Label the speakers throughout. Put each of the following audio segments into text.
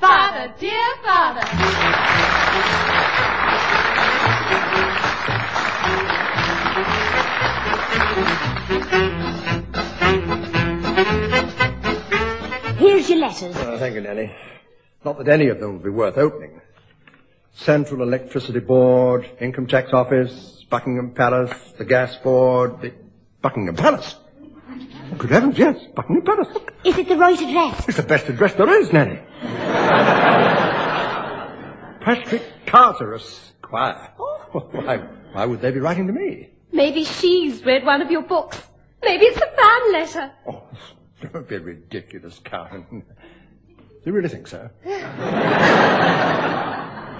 Speaker 1: Father, dear Father.
Speaker 2: Here's your letters.
Speaker 3: Oh, thank you, Nanny. Not that any of them would be worth opening. Central Electricity Board, Income Tax Office, Buckingham Palace, the Gas Board, the Buckingham Palace. Good heavens, yes, Buckingham Palace.
Speaker 2: Is it the right address?
Speaker 3: It's the best address there is, Nanny. Patrick Carter, Esquire. Oh, Why, why would they be writing to me?
Speaker 1: Maybe she's read one of your books. Maybe it's a fan letter.
Speaker 3: Oh, don't be ridiculous, Carter. You really think so?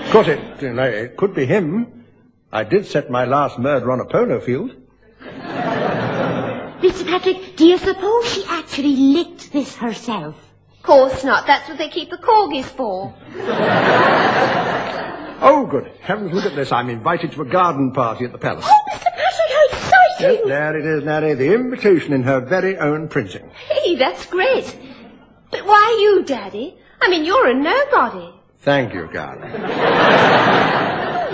Speaker 3: of course, it, you know, it could be him. I did set my last murder on a polo field.
Speaker 2: Mr. Patrick, do you suppose she actually licked this herself?
Speaker 1: Course not. That's what they keep the corgis for.
Speaker 3: Oh, good heavens, look at this. I'm invited to a garden party at the palace.
Speaker 2: Oh, Mr. Patrick, how
Speaker 3: Yes,
Speaker 2: exciting!
Speaker 3: there it is, Nanny. The invitation in her very own printing.
Speaker 1: Hey, that's great. But why you, Daddy? I mean, you're a nobody.
Speaker 3: Thank you, Carter.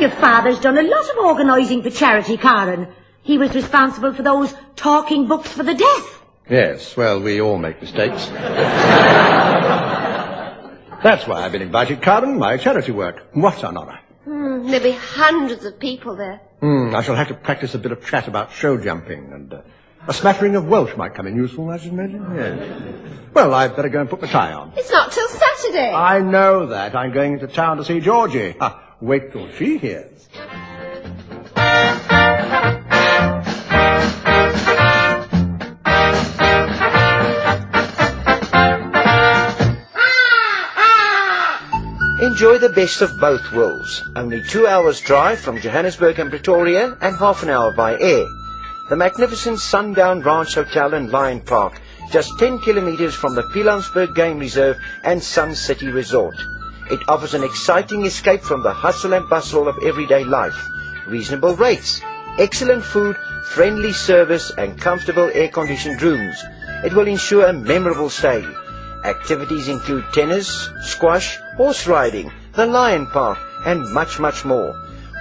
Speaker 2: Your father's done a lot of organising for charity, Karen. He was responsible for those talking books for the deaf.
Speaker 3: Yes, well, we all make mistakes. That's why I've been invited, Carden. My charity work. What an honour.
Speaker 1: Hmm, there'll be hundreds of people there.
Speaker 3: Hmm, I shall have to practice a bit of chat about show jumping, and uh, a smattering of Welsh might come in useful, I should imagine. Yes. Well, I'd better go and put my tie on.
Speaker 1: It's not till Saturday.
Speaker 3: I know that. I'm going into town to see Georgie. Ha, wait till she hears.
Speaker 4: Enjoy the best of both worlds. Only two hours drive from Johannesburg and Pretoria and half an hour by air. The magnificent Sundown Ranch Hotel and Lion Park, just 10 kilometers from the Pilansberg Game Reserve and Sun City Resort. It offers an exciting escape from the hustle and bustle of everyday life. Reasonable rates, excellent food, friendly service and comfortable air-conditioned rooms. It will ensure a memorable stay. Activities include tennis, squash, horse riding, the lion park, and much, much more.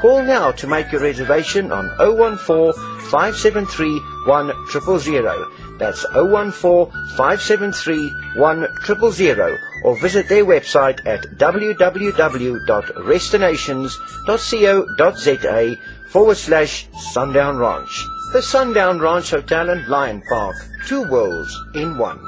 Speaker 4: Call now to make your reservation on 014 573 1000. That's 014 573 1000 or visit their website at www.restinations.co.za forward slash Sundown Ranch. The Sundown Ranch Hotel and Lion Park, two worlds in one.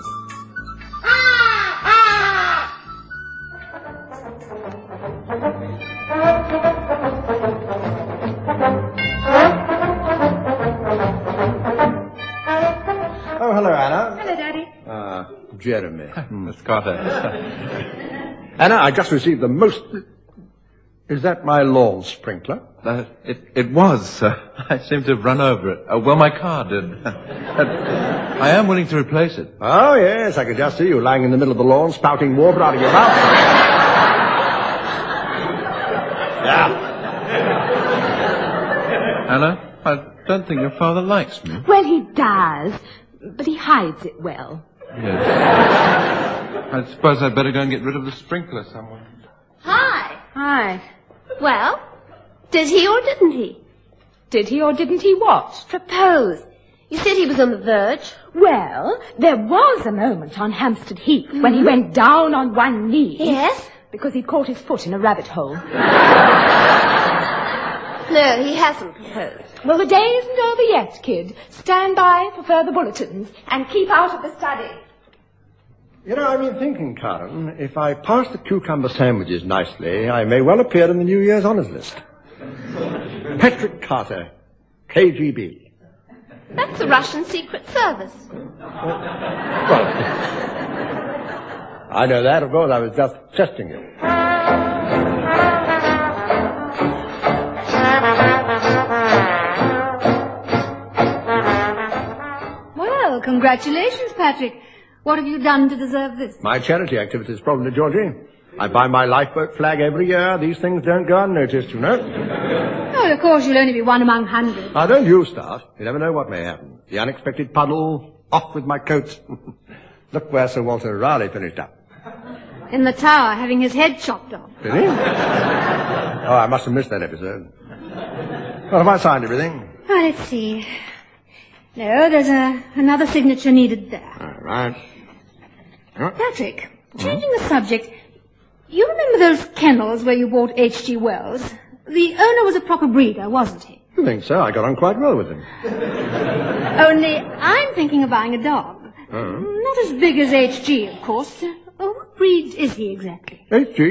Speaker 3: Oh, hello, Anna.
Speaker 1: Hello, Daddy.
Speaker 3: Ah, Jeremy. Hmm.
Speaker 5: Miss Carter.
Speaker 3: Anna, I just received the most... Is that my lawn sprinkler?
Speaker 5: Uh, it, it was. sir. I seem to have run over it. Uh, well, my car did. I am willing to replace it.
Speaker 3: Oh, yes, I could just see you lying in the middle of the lawn spouting water out of your mouth. yeah.
Speaker 5: Anna, I don't think your father likes me.
Speaker 2: Well, he does, but he hides it well.
Speaker 5: Yes. I suppose I'd better go and get rid of the sprinkler somewhere.
Speaker 1: Hi.
Speaker 6: Hi.
Speaker 1: Well, did he or didn't he?
Speaker 6: Did he or didn't he what?
Speaker 1: Propose. You said he was on the verge.
Speaker 6: Well, there was a moment on Hampstead Heath when he went down on one knee.
Speaker 1: Yes?
Speaker 6: Because he'd caught his foot in a rabbit hole.
Speaker 1: No, he hasn't proposed.
Speaker 6: Well, the day isn't over yet, kid. Stand by for further bulletins and keep out of the study.
Speaker 3: You know, I've been thinking, Karen, if I pass the cucumber sandwiches nicely, I may well appear in the New Year's honours list. Patrick Carter, KGB.
Speaker 1: That's the Russian Secret Service.
Speaker 3: Well, I know that, of course, I was just testing you.
Speaker 7: Well, congratulations, Patrick. What have you done to deserve this?
Speaker 3: My charity activities, probably, Georgie. I buy my lifeboat flag every year. These things don't go unnoticed, you know.
Speaker 7: Well, of course, you'll only be one among hundreds.
Speaker 3: Now, don't you start. You never know what may happen. The unexpected puddle, off with my coat. Look where Sir Walter Raleigh finished up.
Speaker 7: in the tower having his head chopped off.
Speaker 3: Did he? oh, I must have missed that episode. Well, have I signed everything?
Speaker 7: Oh, let's see. No, there's a, another signature needed there.
Speaker 3: All right.
Speaker 7: Patrick, changing the subject, you remember those kennels where you bought H.G. Wells? The owner was a proper breeder, wasn't he?
Speaker 3: I think so. I got on quite well with him.
Speaker 7: Only I'm thinking of buying a dog. Not as big as H.G., of course. Oh, what breed is he exactly?
Speaker 3: H.G.?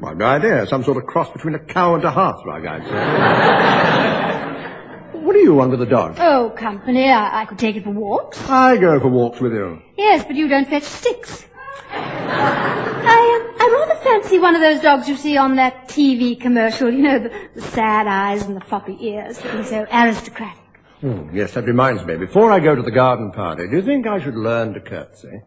Speaker 3: Why, Eh, no idea. Some sort of cross between a cow and a hearthrug, I'd say. what do you want with the dog?
Speaker 7: Oh, company, I, I could take it for walks.
Speaker 3: I go for walks with you.
Speaker 7: Yes, but you don't fetch sticks. I, um, I rather fancy one of those dogs you see on that TV commercial, you know, the, the sad eyes and the floppy ears, looking so aristocratic.
Speaker 3: Hmm, yes, that reminds me. Before I go to the garden party, do you think I should learn to curtsy?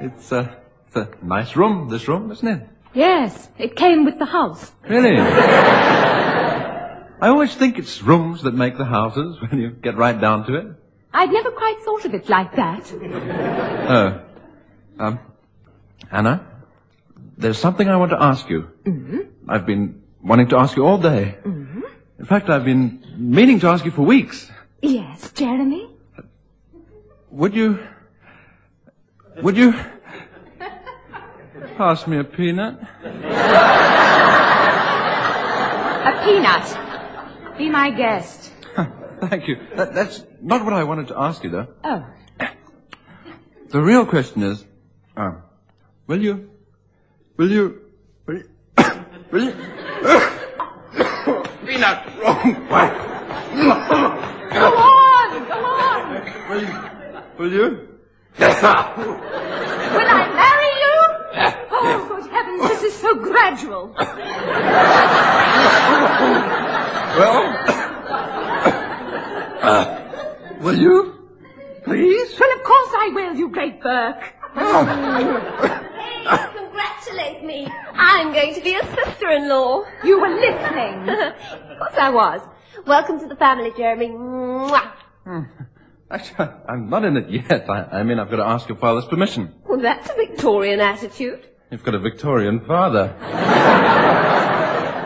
Speaker 5: It's, uh, it's a nice room, this room, isn't it?
Speaker 6: Yes, it came with the house.
Speaker 5: Really? I always think it's rooms that make the houses when you get right down to it.
Speaker 6: I'd never quite thought of it like that.
Speaker 5: Oh. Um, Anna, there's something I want to ask you. Mm-hmm. I've been wanting to ask you all day. Mm-hmm. In fact, I've been meaning to ask you for weeks.
Speaker 6: Yes, Jeremy?
Speaker 5: Would you. Would you. pass me a peanut?
Speaker 6: A peanut. Be my guest.
Speaker 5: Thank you. That, that's not what I wanted to ask you, though.
Speaker 6: Oh,
Speaker 5: The real question is, uh, will you, will you, will you, will you, peanut, wrong way.
Speaker 6: go on, go on.
Speaker 5: Will you, will you?
Speaker 6: Will I marry you? Oh, good heavens, this is so gradual.
Speaker 5: Well, uh, will you, please?
Speaker 6: Well, of course I will, you great Burke.
Speaker 1: Hey, congratulate me. I'm going to be a sister-in-law.
Speaker 6: You were listening.
Speaker 1: of course I was. Welcome to the family, Jeremy. Mwah.
Speaker 5: Actually, I'm not in it yet. I, I mean, I've got to ask your father's permission.
Speaker 1: Well, that's a Victorian attitude.
Speaker 5: You've got a Victorian father.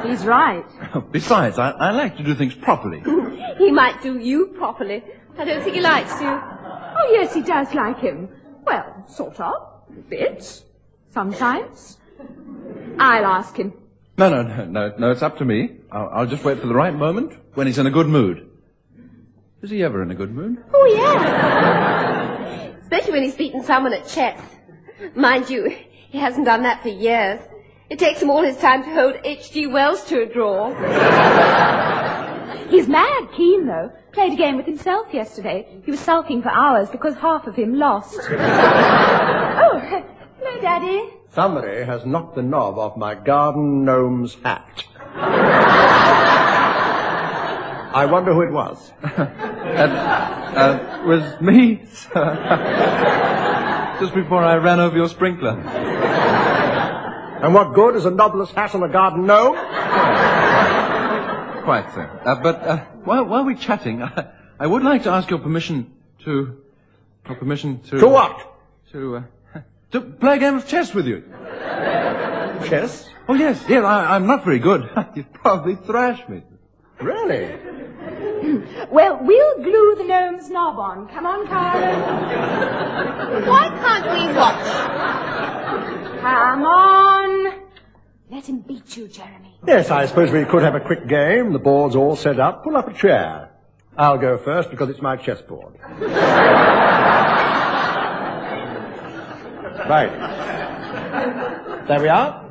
Speaker 6: He's right.
Speaker 5: Oh. Besides, I, I like to do things properly.
Speaker 1: He might do you properly. I don't think he likes you.
Speaker 6: Oh, yes, he does like him. Well, sort of. Bits. Sometimes. I'll ask him.
Speaker 5: No, no, no, no, no, it's up to me. I'll, I'll just wait for the right moment when he's in a good mood. Is he ever in a good mood?
Speaker 1: Oh, yeah. Especially when he's beaten someone at chess. Mind you, he hasn't done that for years. It takes him all his time to hold H.G. Wells to a draw.
Speaker 6: He's mad keen, though. Played a game with himself yesterday. He was sulking for hours because half of him lost. oh, hello, Daddy.
Speaker 3: Somebody has knocked the knob off my garden gnome's hat. I wonder who it was.
Speaker 5: Uh, was me, sir. Just before I ran over your sprinkler.
Speaker 3: And what good is a knobless hat on a garden gnome?
Speaker 5: Quite so. Uh, but uh, while, while we're chatting, I, I would like to ask your permission to... Your permission to...
Speaker 3: To what?
Speaker 5: To, uh, to play a game of chess with you.
Speaker 3: Chess?
Speaker 5: Oh, yes, yes, I, I'm not very good. You'd probably thrash me.
Speaker 3: Really?
Speaker 6: Well, we'll glue the gnome's knob on. Come on, Karen.
Speaker 1: Why can't we watch?
Speaker 6: Come on. Let him beat you, Jeremy.
Speaker 3: Yes, I suppose we could have a quick game. The board's all set up. Pull up a chair. I'll go first because it's my chessboard. right. There we are.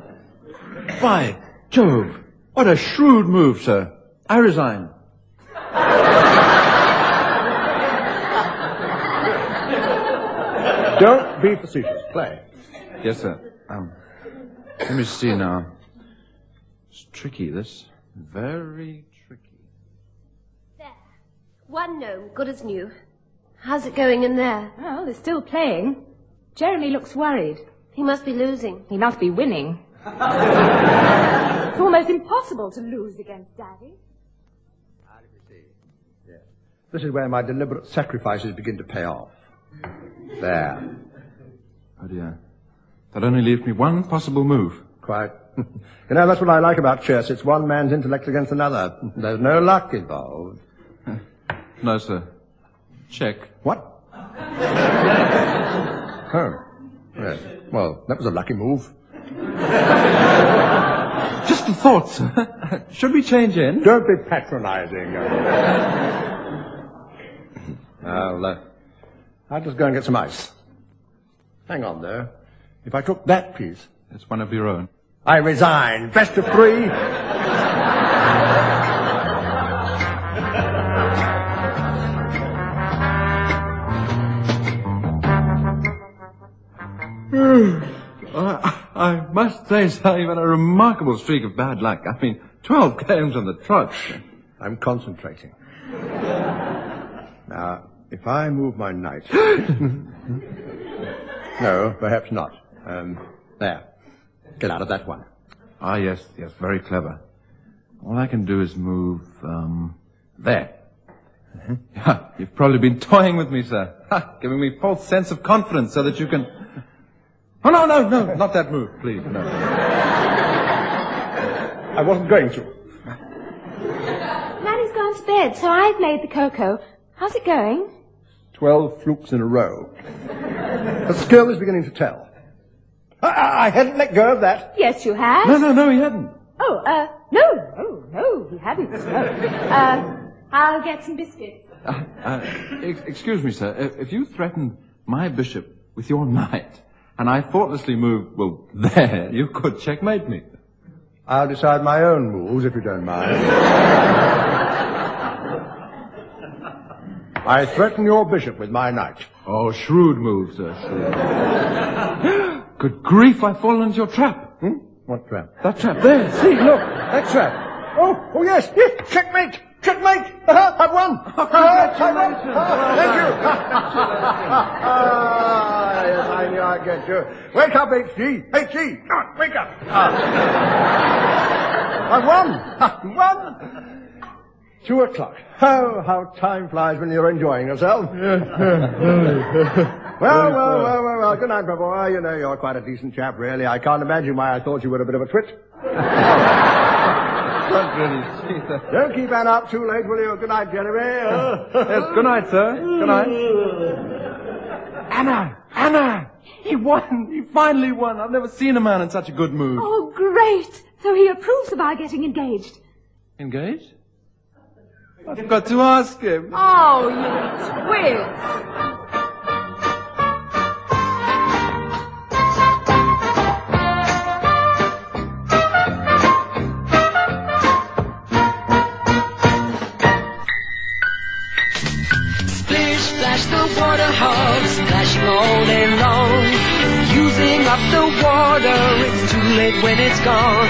Speaker 5: By Jove, what a shrewd move, sir. I resign.
Speaker 3: Don't be facetious. Play.
Speaker 5: Yes, sir. Um, let me see now. It's tricky, this. Very tricky.
Speaker 1: One gnome, good as new. How's it going in there?
Speaker 6: Well, Oh, they're still playing. Jeremy looks worried.
Speaker 1: He must be losing.
Speaker 6: He must be winning. it's almost impossible to lose against Daddy.
Speaker 3: This is where my deliberate sacrifices begin to pay off. There.
Speaker 5: Oh dear. That only leaves me one possible move.
Speaker 3: Quite. You know, that's what I like about chess. It's one man's intellect against another. There's no luck involved.
Speaker 5: No, sir. Check.
Speaker 3: What? oh. Yes. Well, that was a lucky move.
Speaker 5: Just a thought, sir. Should we change in?
Speaker 3: Don't be patronizing. I'll, uh, I'll just go and get some ice. Hang on, though. If I took that piece,
Speaker 5: It's one of your own.
Speaker 3: I resign. Best of three.
Speaker 5: Uh, I, I must say, sir, you've had a remarkable streak of bad luck. I mean, 12 games on the trot.
Speaker 3: I'm concentrating. Now, if I move my knight. no, perhaps not. Um, there. Get out of that one.
Speaker 5: Ah, yes, yes, very clever. All I can do is move, um, there. Mm-hmm. Yeah, you've probably been toying with me, sir. Ha, giving me false sense of confidence so that you can... Oh, no, no, no, not that move, please, no.
Speaker 3: I wasn't going to.
Speaker 6: Nanny's gone to bed, so I've made the cocoa. How's it going?
Speaker 3: Twelve flukes in a row. The skill is beginning to tell. I, I, I hadn't let go of that.
Speaker 6: Yes, you have.
Speaker 5: No, no, no, he hadn't.
Speaker 6: Oh, uh, no, no, no, we haven't. No. Uh, I'll get some biscuits.
Speaker 5: Uh, uh, ex- excuse me, sir. If, if you threatened my bishop with your knight, and I thoughtlessly moved, well, there, you could checkmate me.
Speaker 3: I'll decide my own rules if you don't mind. I threaten your bishop with my knight.
Speaker 5: Oh, shrewd move, sir, shrewd. Good grief, I've fallen into your trap.
Speaker 3: Hmm? What trap?
Speaker 5: That trap there, see,
Speaker 3: Look,
Speaker 5: look.
Speaker 3: that trap. Oh, oh yes, yes, checkmate, checkmate. Uh-huh, I've won. Uh-huh, I've won. Uh-huh, thank you. Ah, yes, I knew I'd get you. Wake up, HG. HG, come on, wake up. Ah. I've won. I've won. Two o'clock. Oh, how time flies when you're enjoying yourself. Well, well, well, well, well. Good night, my boy. You know, you're quite a decent chap, really. I can't imagine why I thought you were a bit of a twit.
Speaker 5: Don't really see that.
Speaker 3: Don't keep Anna up too late, will you? Good night, Jeremy. Uh,
Speaker 5: Yes, good night, sir. Good night. Anna! Anna! He won! He finally won! I've never seen a man in such a good mood.
Speaker 6: Oh, great. So he approves of our getting engaged.
Speaker 5: Engaged? I forgot to ask him.
Speaker 6: Oh, you twig.
Speaker 8: Splish, splash the water hard, splashing all day long. Using up the water, it's too late when it's gone.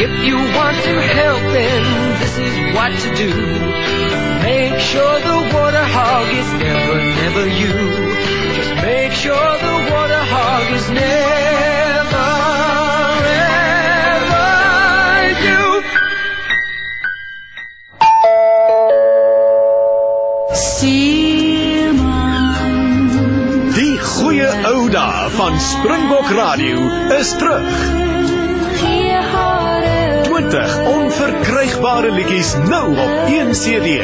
Speaker 8: If you want to help him, this is what to do. Make sure the water hog is never, never you. Just make sure the water hog is never, ever you.
Speaker 9: Die goeie ou dae van Springbok Radio is terug. 20 onverkrygbare liedjies nou op een CD.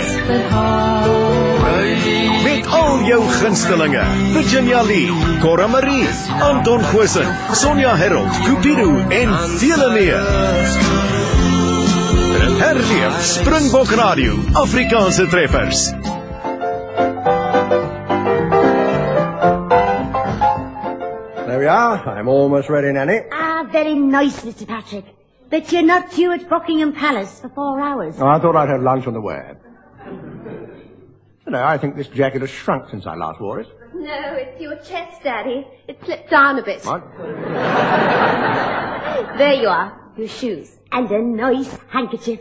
Speaker 9: Met al jou gunstelinge: Virginia Lee, Cora Marie, Anton Goosen, Sonja Herald, Cupido en vele meer. Herleef Springbok Radio Afrikaanse treffers.
Speaker 3: there we are. Nou ja, I'm almost ready, Nanny.
Speaker 2: Ah, very nice, Mr. Patrick. But you're not due at Buckingham Palace for four hours.
Speaker 3: Oh, I thought I'd have lunch on the way. You know, I think this jacket has shrunk since I last wore it.
Speaker 1: No, it's your chest, Daddy. It slipped down a bit.
Speaker 3: What?
Speaker 1: There you are. Your shoes.
Speaker 2: And a nice handkerchief.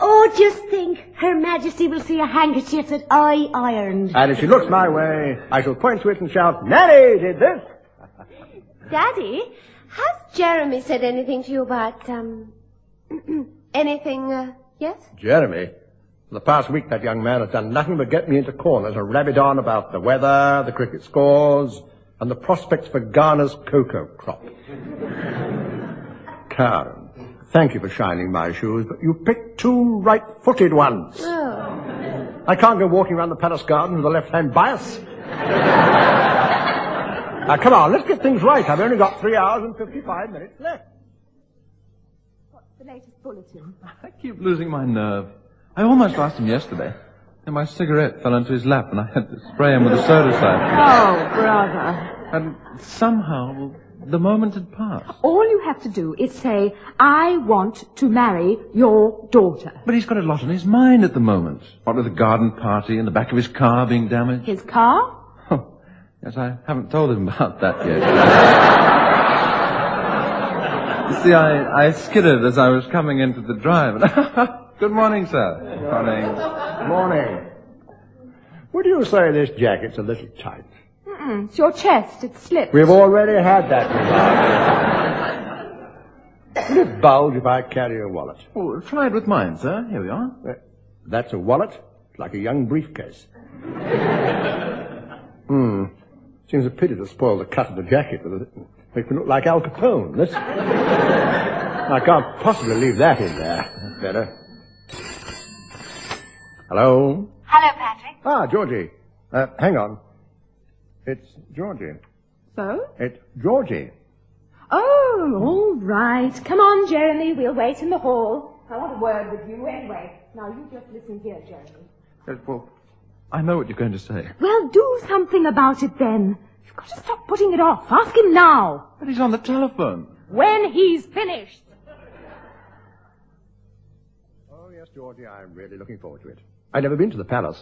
Speaker 2: Oh, just think, Her Majesty will see a handkerchief that I ironed.
Speaker 3: And if she looks my way, I shall point to it and shout, Nanny did this.
Speaker 1: Daddy, has Jeremy said anything to you about, um, anything, uh, yes?
Speaker 3: Jeremy? For the past week, that young man has done nothing but get me into corners and rabid on about the weather, the cricket scores, and the prospects for Ghana's cocoa crop. Karen, thank you for shining my shoes, but you picked two right-footed ones. I can't go walking around the palace garden with a left-hand bias. now, come on, let's get things right. I've only got three hours and 55 minutes left.
Speaker 6: The latest bulletin.
Speaker 5: I keep losing my nerve. I almost lost him yesterday. And my cigarette fell into his lap and I had to spray him with a soda side.
Speaker 2: Oh, brother.
Speaker 5: And somehow the moment had passed.
Speaker 6: All you have to do is say, I want to marry your daughter.
Speaker 5: But he's got a lot on his mind at the moment. What with the garden party and the back of his car being damaged.
Speaker 6: His car?
Speaker 5: Oh, yes, I haven't told him about that yet. you see, I, I skidded as I was coming into the drive. Good morning, sir. Morning.
Speaker 3: Morning. Would you say this jacket's a little tight?
Speaker 6: Mm, It's your chest. It slipped.
Speaker 3: We've already had that remark. Would it bulge if I carry a wallet?
Speaker 5: Oh, try it with mine, sir. Here we are.
Speaker 3: Uh, That's a wallet, It's like a young briefcase. Hmm. Seems a pity to spoil the cut of the jacket with it. Make me look like Al Capone. This. I can't possibly leave that in there. Better. Hello?
Speaker 7: Hello, Patrick.
Speaker 3: Ah, Georgie. Uh, hang on. It's Georgie.
Speaker 6: So?
Speaker 3: It's Georgie.
Speaker 6: Oh, all right. Come on, Jeremy. We'll wait in the hall. I want a word with you anyway. Now, you just listen here, Jeremy.
Speaker 5: Uh, Well, I know what you're going to say.
Speaker 6: Well, do something about it then. You've got to stop putting it off. Ask him now.
Speaker 5: But he's on the telephone.
Speaker 6: When he's finished.
Speaker 3: Oh, yes, Georgie, I'm really looking forward to it. I've never been to the palace.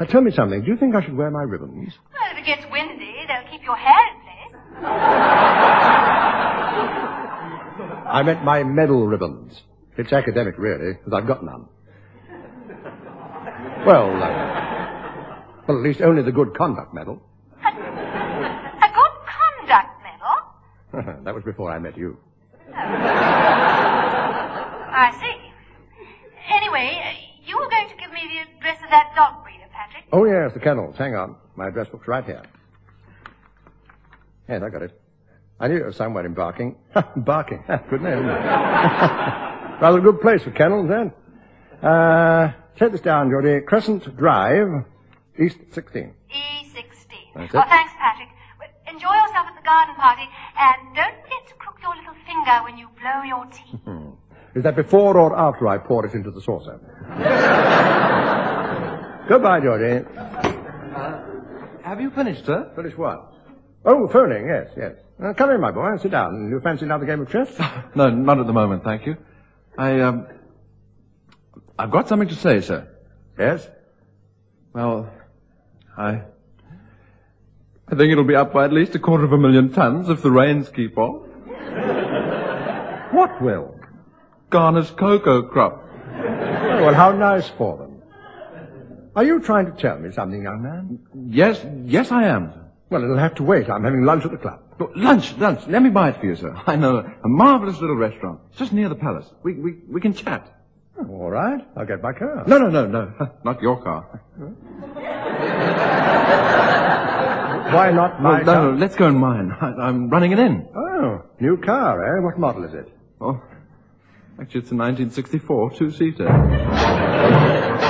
Speaker 3: Uh, tell me something. Do you think I should wear my ribbons?
Speaker 7: Well, if it gets windy, they'll keep your eh? hair in place.
Speaker 3: I meant my medal ribbons. It's academic, really, because I've got none. Well, uh, well, at least only the good conduct medal.
Speaker 7: A good conduct medal?
Speaker 3: that was before I met you.
Speaker 7: I see. Anyway, uh, you were going to give me the address of that dog breeder, Patrick.
Speaker 3: Oh, yes, the kennels. Hang on. My address book's right here. Yes, I got it. I knew it was somewhere in Barking. Barking. good name. isn't it? Rather a good place for kennels, then. Uh, take this down, Geordie. Crescent Drive, East 16.
Speaker 7: E16.
Speaker 3: That's
Speaker 7: Oh,
Speaker 3: it.
Speaker 7: thanks, Patrick. Well, Enjoy yourself at the garden party, and don't forget to crook your little finger when you blow your tea.
Speaker 3: Is that before or after I pour it into the saucer? Goodbye, Geordie.
Speaker 5: Have you finished, sir?
Speaker 3: Finish what? Oh, phoning, yes, yes. Uh, come in, my boy, sit down. You fancy another game of chess?
Speaker 5: No, not at the moment, thank you. I, um, I've got something to say, sir.
Speaker 3: yes?
Speaker 5: Well, I, I think it'll be up by at least a quarter of a million tons if the rains keep on.
Speaker 3: What will?
Speaker 5: Ghana's cocoa crop.
Speaker 3: Oh, well, how nice for them. Are you trying to tell me something, young man?
Speaker 5: Yes, yes, I am.
Speaker 3: Well, it'll have to wait. I'm having lunch at the club.
Speaker 5: But Lunch, lunch. Let me buy it for you, sir. I know a marvelous little restaurant just near the palace. We, we, we can chat.
Speaker 3: Oh, all right, I'll get my car.
Speaker 5: No, no, no, no. Not your car.
Speaker 3: Why not
Speaker 5: No,
Speaker 3: my car?
Speaker 5: no, no. Let's go in mine. I, I'm running it in.
Speaker 3: Oh, new car, eh? What model is it?
Speaker 5: Oh, actually, it's a 1964 two-seater.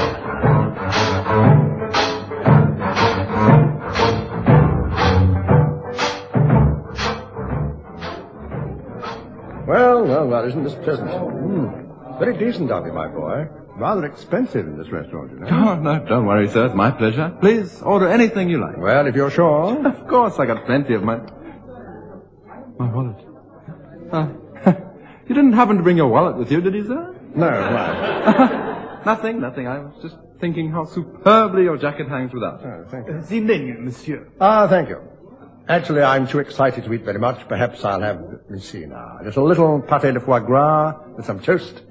Speaker 3: Well, well, well, isn't this pleasant? Mm. Very decent of you, my boy. Rather expensive in this restaurant, you know.
Speaker 5: Oh, no, don't worry, sir. It's my pleasure. Please order anything you like.
Speaker 3: well, if you're sure.
Speaker 5: Oh, Of course, I got plenty of my my wallet. Ah, you didn't happen to bring your wallet with you, did you, sir?
Speaker 3: No, why?
Speaker 5: Nothing, nothing. I was just thinking how superbly your jacket hangs without.
Speaker 3: Oh, thank you.
Speaker 10: The menu, monsieur.
Speaker 3: Ah, thank you. Actually, I'm too excited to eat very much. Perhaps I'll have, let me see now, just a little pâté de foie gras with some toast.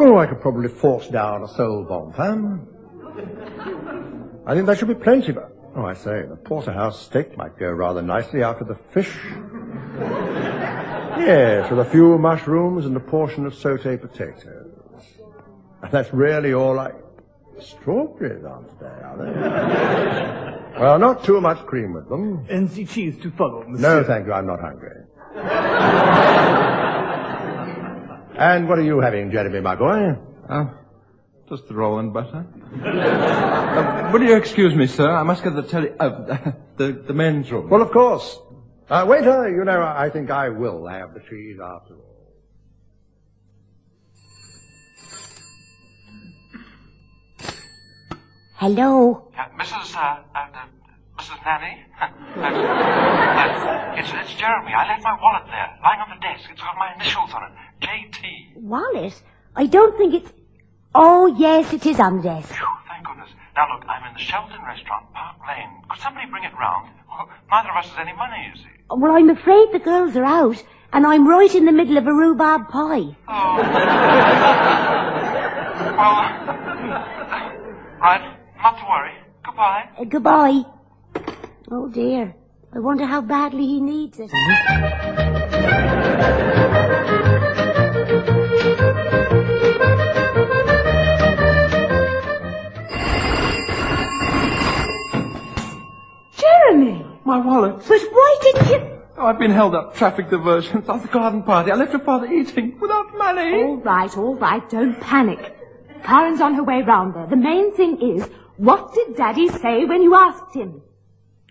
Speaker 3: Oh, I could probably force down a sole bon femme. I think that should be plenty, but, oh, I say, the porterhouse steak might go rather nicely after the fish. yes, with a few mushrooms and a portion of sautéed potatoes. And that's really all I... Strawberries aren't they, are they? well, not too much cream with them.
Speaker 10: And the cheese to follow,
Speaker 3: No,
Speaker 10: monsieur.
Speaker 3: thank you. I'm not hungry. and what are you having, Jeremy, my boy?
Speaker 5: Oh, just the roll and butter. Uh, will you excuse me, sir? I must get the telly... Uh, the, the men's room.
Speaker 3: Well, of course. Uh, waiter, you know, I think I will have the cheese after all.
Speaker 2: Hello.
Speaker 11: Uh, Mrs. Uh, uh, uh, Mrs. Nanny? Uh, it's, it's Jeremy. I left my wallet there, lying on the desk. It's got my initials on it. J.T.
Speaker 2: Wallace, I don't think it's... Oh, yes, it is on desk.
Speaker 11: Phew, thank goodness. Now, look, I'm in the Shelton restaurant, Park Lane. Could somebody bring it round? Well, neither of us has any money, you see.
Speaker 2: Well, I'm afraid the girls are out, and I'm right in the middle of a rhubarb pie.
Speaker 11: Well, uh, right, not to worry. Goodbye.
Speaker 2: Uh, goodbye. Oh, dear. I wonder how badly he needs it.
Speaker 6: Jeremy!
Speaker 5: My wallet.
Speaker 2: But why didn't you...
Speaker 5: Oh, I've been held up traffic diversions at the garden party. I left your father eating without money.
Speaker 6: All right, all right, don't panic. Karen's on her way round there. The main thing is, what did Daddy say when you asked him?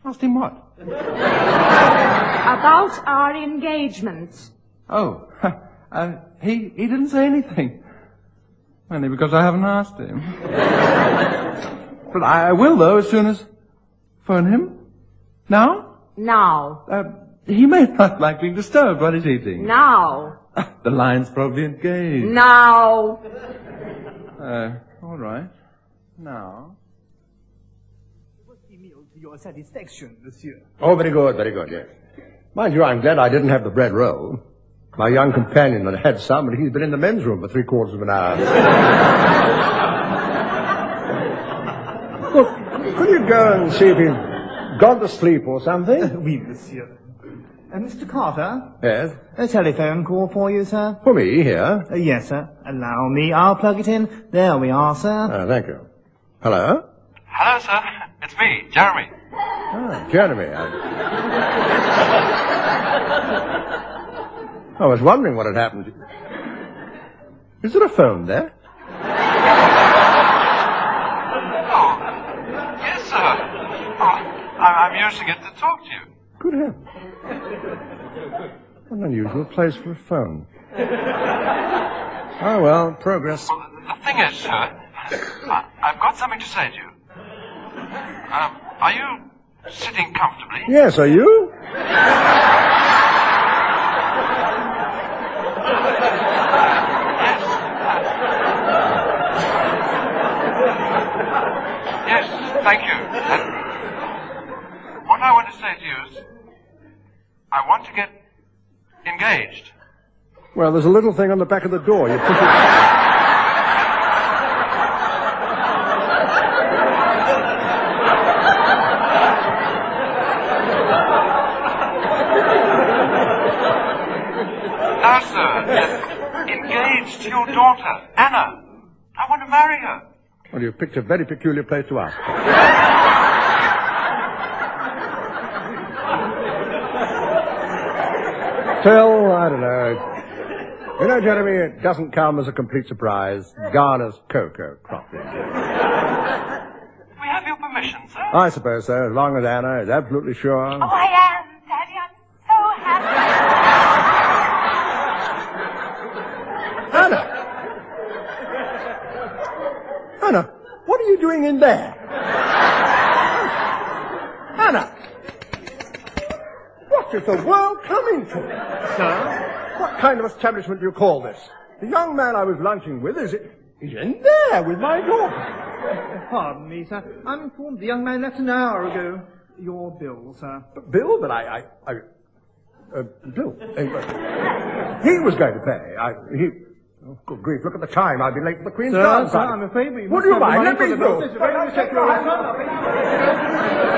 Speaker 5: Asked him what?
Speaker 6: About our engagement.
Speaker 5: Oh, uh, he, he didn't say anything. Only because I haven't asked him. but I, I will, though, as soon as... Phone him? Now?
Speaker 6: Now.
Speaker 5: Uh, he may not like being disturbed while he's eating.
Speaker 6: Now.
Speaker 5: the line's probably engaged.
Speaker 6: Now.
Speaker 5: Uh, all right. Now.
Speaker 10: Meal to your satisfaction, monsieur.
Speaker 3: Oh, very good, very good, yes. Mind you, I'm glad I didn't have the bread roll. My young companion had had some, and he's been in the men's room for three quarters of an hour. Look, could you go and see if he's gone to sleep or something?
Speaker 10: Oui, monsieur. Uh, Mr. Carter,
Speaker 3: Yes.
Speaker 10: a telephone call for you, sir.
Speaker 3: For me, here.
Speaker 10: Uh, yes, sir. Allow me. I'll plug it in. There we are, sir.
Speaker 3: Ah, thank you. Hello?
Speaker 11: Hello, sir. It's me, Jeremy.
Speaker 3: Ah, Jeremy. I... I was wondering what had happened. Is there a phone there?
Speaker 11: Oh, yes, sir. Oh, I- I'm using it to talk to you.
Speaker 3: Good heavens. An unusual place for a phone. Oh, well, progress.
Speaker 11: Well, the- the thing is, sir, I- I've got something to say to you. Um, are you sitting comfortably?
Speaker 3: Yes, are you?
Speaker 11: Yes, thank you. And what I want to say to you is, I want to get engaged.
Speaker 3: Well, there's a little thing on the back of the door. You push it.
Speaker 11: Now, sir, yes, engaged to your daughter, Anna. I want to marry her.
Speaker 3: Well, you've picked a very peculiar place to ask. for. Phil, I don't know. You know, Jeremy, it doesn't come as a complete surprise. Ghana's cocoa crop.
Speaker 11: We have your permission, sir.
Speaker 3: I suppose so, as long as Anna is absolutely sure.
Speaker 6: Oh, I am, Daddy. I'm so happy.
Speaker 3: Anna! Anna, what are you doing in there? Anna! What is the world coming to?
Speaker 10: Sir?
Speaker 3: What kind of establishment do you call this? The young man I was lunching with is, is in there with my daughter.
Speaker 10: Pardon me, sir. I'm informed the young man left an hour ago. Your bill, sir.
Speaker 3: Bill, but I, I, I uh, Bill, uh, he was going to pay. I, he, oh, good grief, look at the time. I'll be late for the Queen's
Speaker 10: Sir,
Speaker 3: dance
Speaker 10: sir,
Speaker 3: party.
Speaker 10: I'm afraid we
Speaker 3: Would
Speaker 10: must
Speaker 3: you
Speaker 10: have the
Speaker 3: mind?
Speaker 10: money
Speaker 3: Let
Speaker 10: for
Speaker 3: me
Speaker 10: the
Speaker 3: through.
Speaker 10: business. Very much take your hand.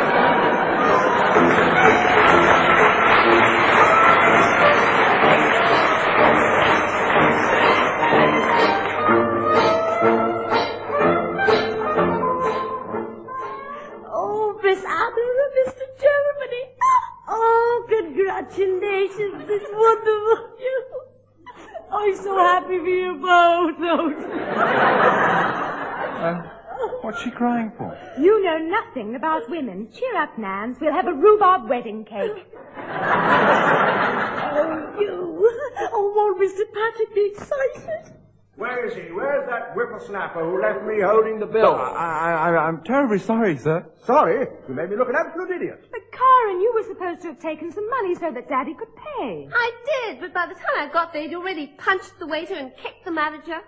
Speaker 2: Oh, Miss Adams and Mr. Germany. Oh, congratulations. It's wonderful news. I'm so happy for you both.
Speaker 12: Uh, what's she crying for?
Speaker 6: You know nothing about women. Cheer up, Nance. We'll have a rhubarb wedding cake.
Speaker 2: oh, you. Oh, won't Mr. Patrick be excited?
Speaker 3: Where is he? Where's that whippersnapper who left me holding the bill?
Speaker 5: I, I, I'm terribly sorry, sir.
Speaker 3: Sorry? You made me look an absolute idiot.
Speaker 6: But, Karen, you were supposed to have taken some money so that Daddy could pay.
Speaker 1: I did, but by the time I got there, he'd already punched the waiter and kicked the manager.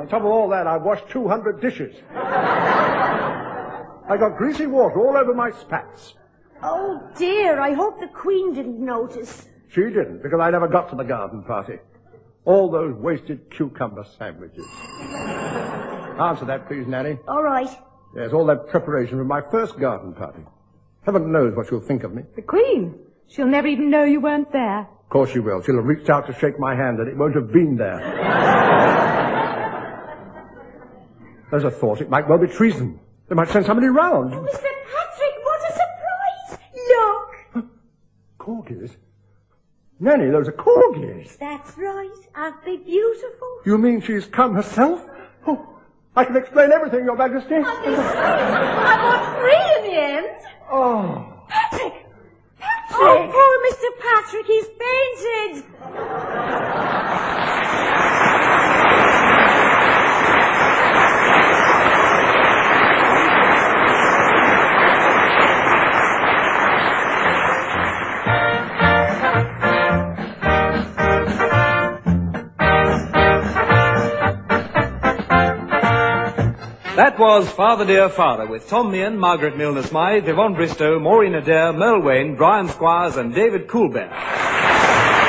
Speaker 3: On top of all that, I washed 200 dishes. I got greasy water all over my spats.
Speaker 13: Oh dear, I hope the Queen didn't notice.
Speaker 3: She didn't, because I never got to the garden party. All those wasted cucumber sandwiches. Answer that, please, Nanny.
Speaker 13: All right.
Speaker 3: Yes, all that preparation for my first garden party. Heaven knows what she'll think of me.
Speaker 6: The Queen. She'll never even know you weren't there.
Speaker 3: Of course she will. She'll have reached out to shake my hand, and it won't have been there. There's a thought. It might well be treason. They might send somebody round.
Speaker 2: Mr. Patrick, what a surprise! Look!
Speaker 3: Corgis? Nanny, those are corgis.
Speaker 2: That's right. Aren't they beautiful?
Speaker 3: You mean she's come herself? Oh, I can explain everything, Your Majesty.
Speaker 2: I bought three in the end.
Speaker 3: Oh.
Speaker 2: Patrick! Patrick! Oh, poor Mr. Patrick, he's fainted.
Speaker 14: That was Father Dear Father with Tom Meehan, Margaret Milner Smythe, Yvonne Bristow, Maureen Adair, Merle Wayne, Brian Squires, and David Coolbear.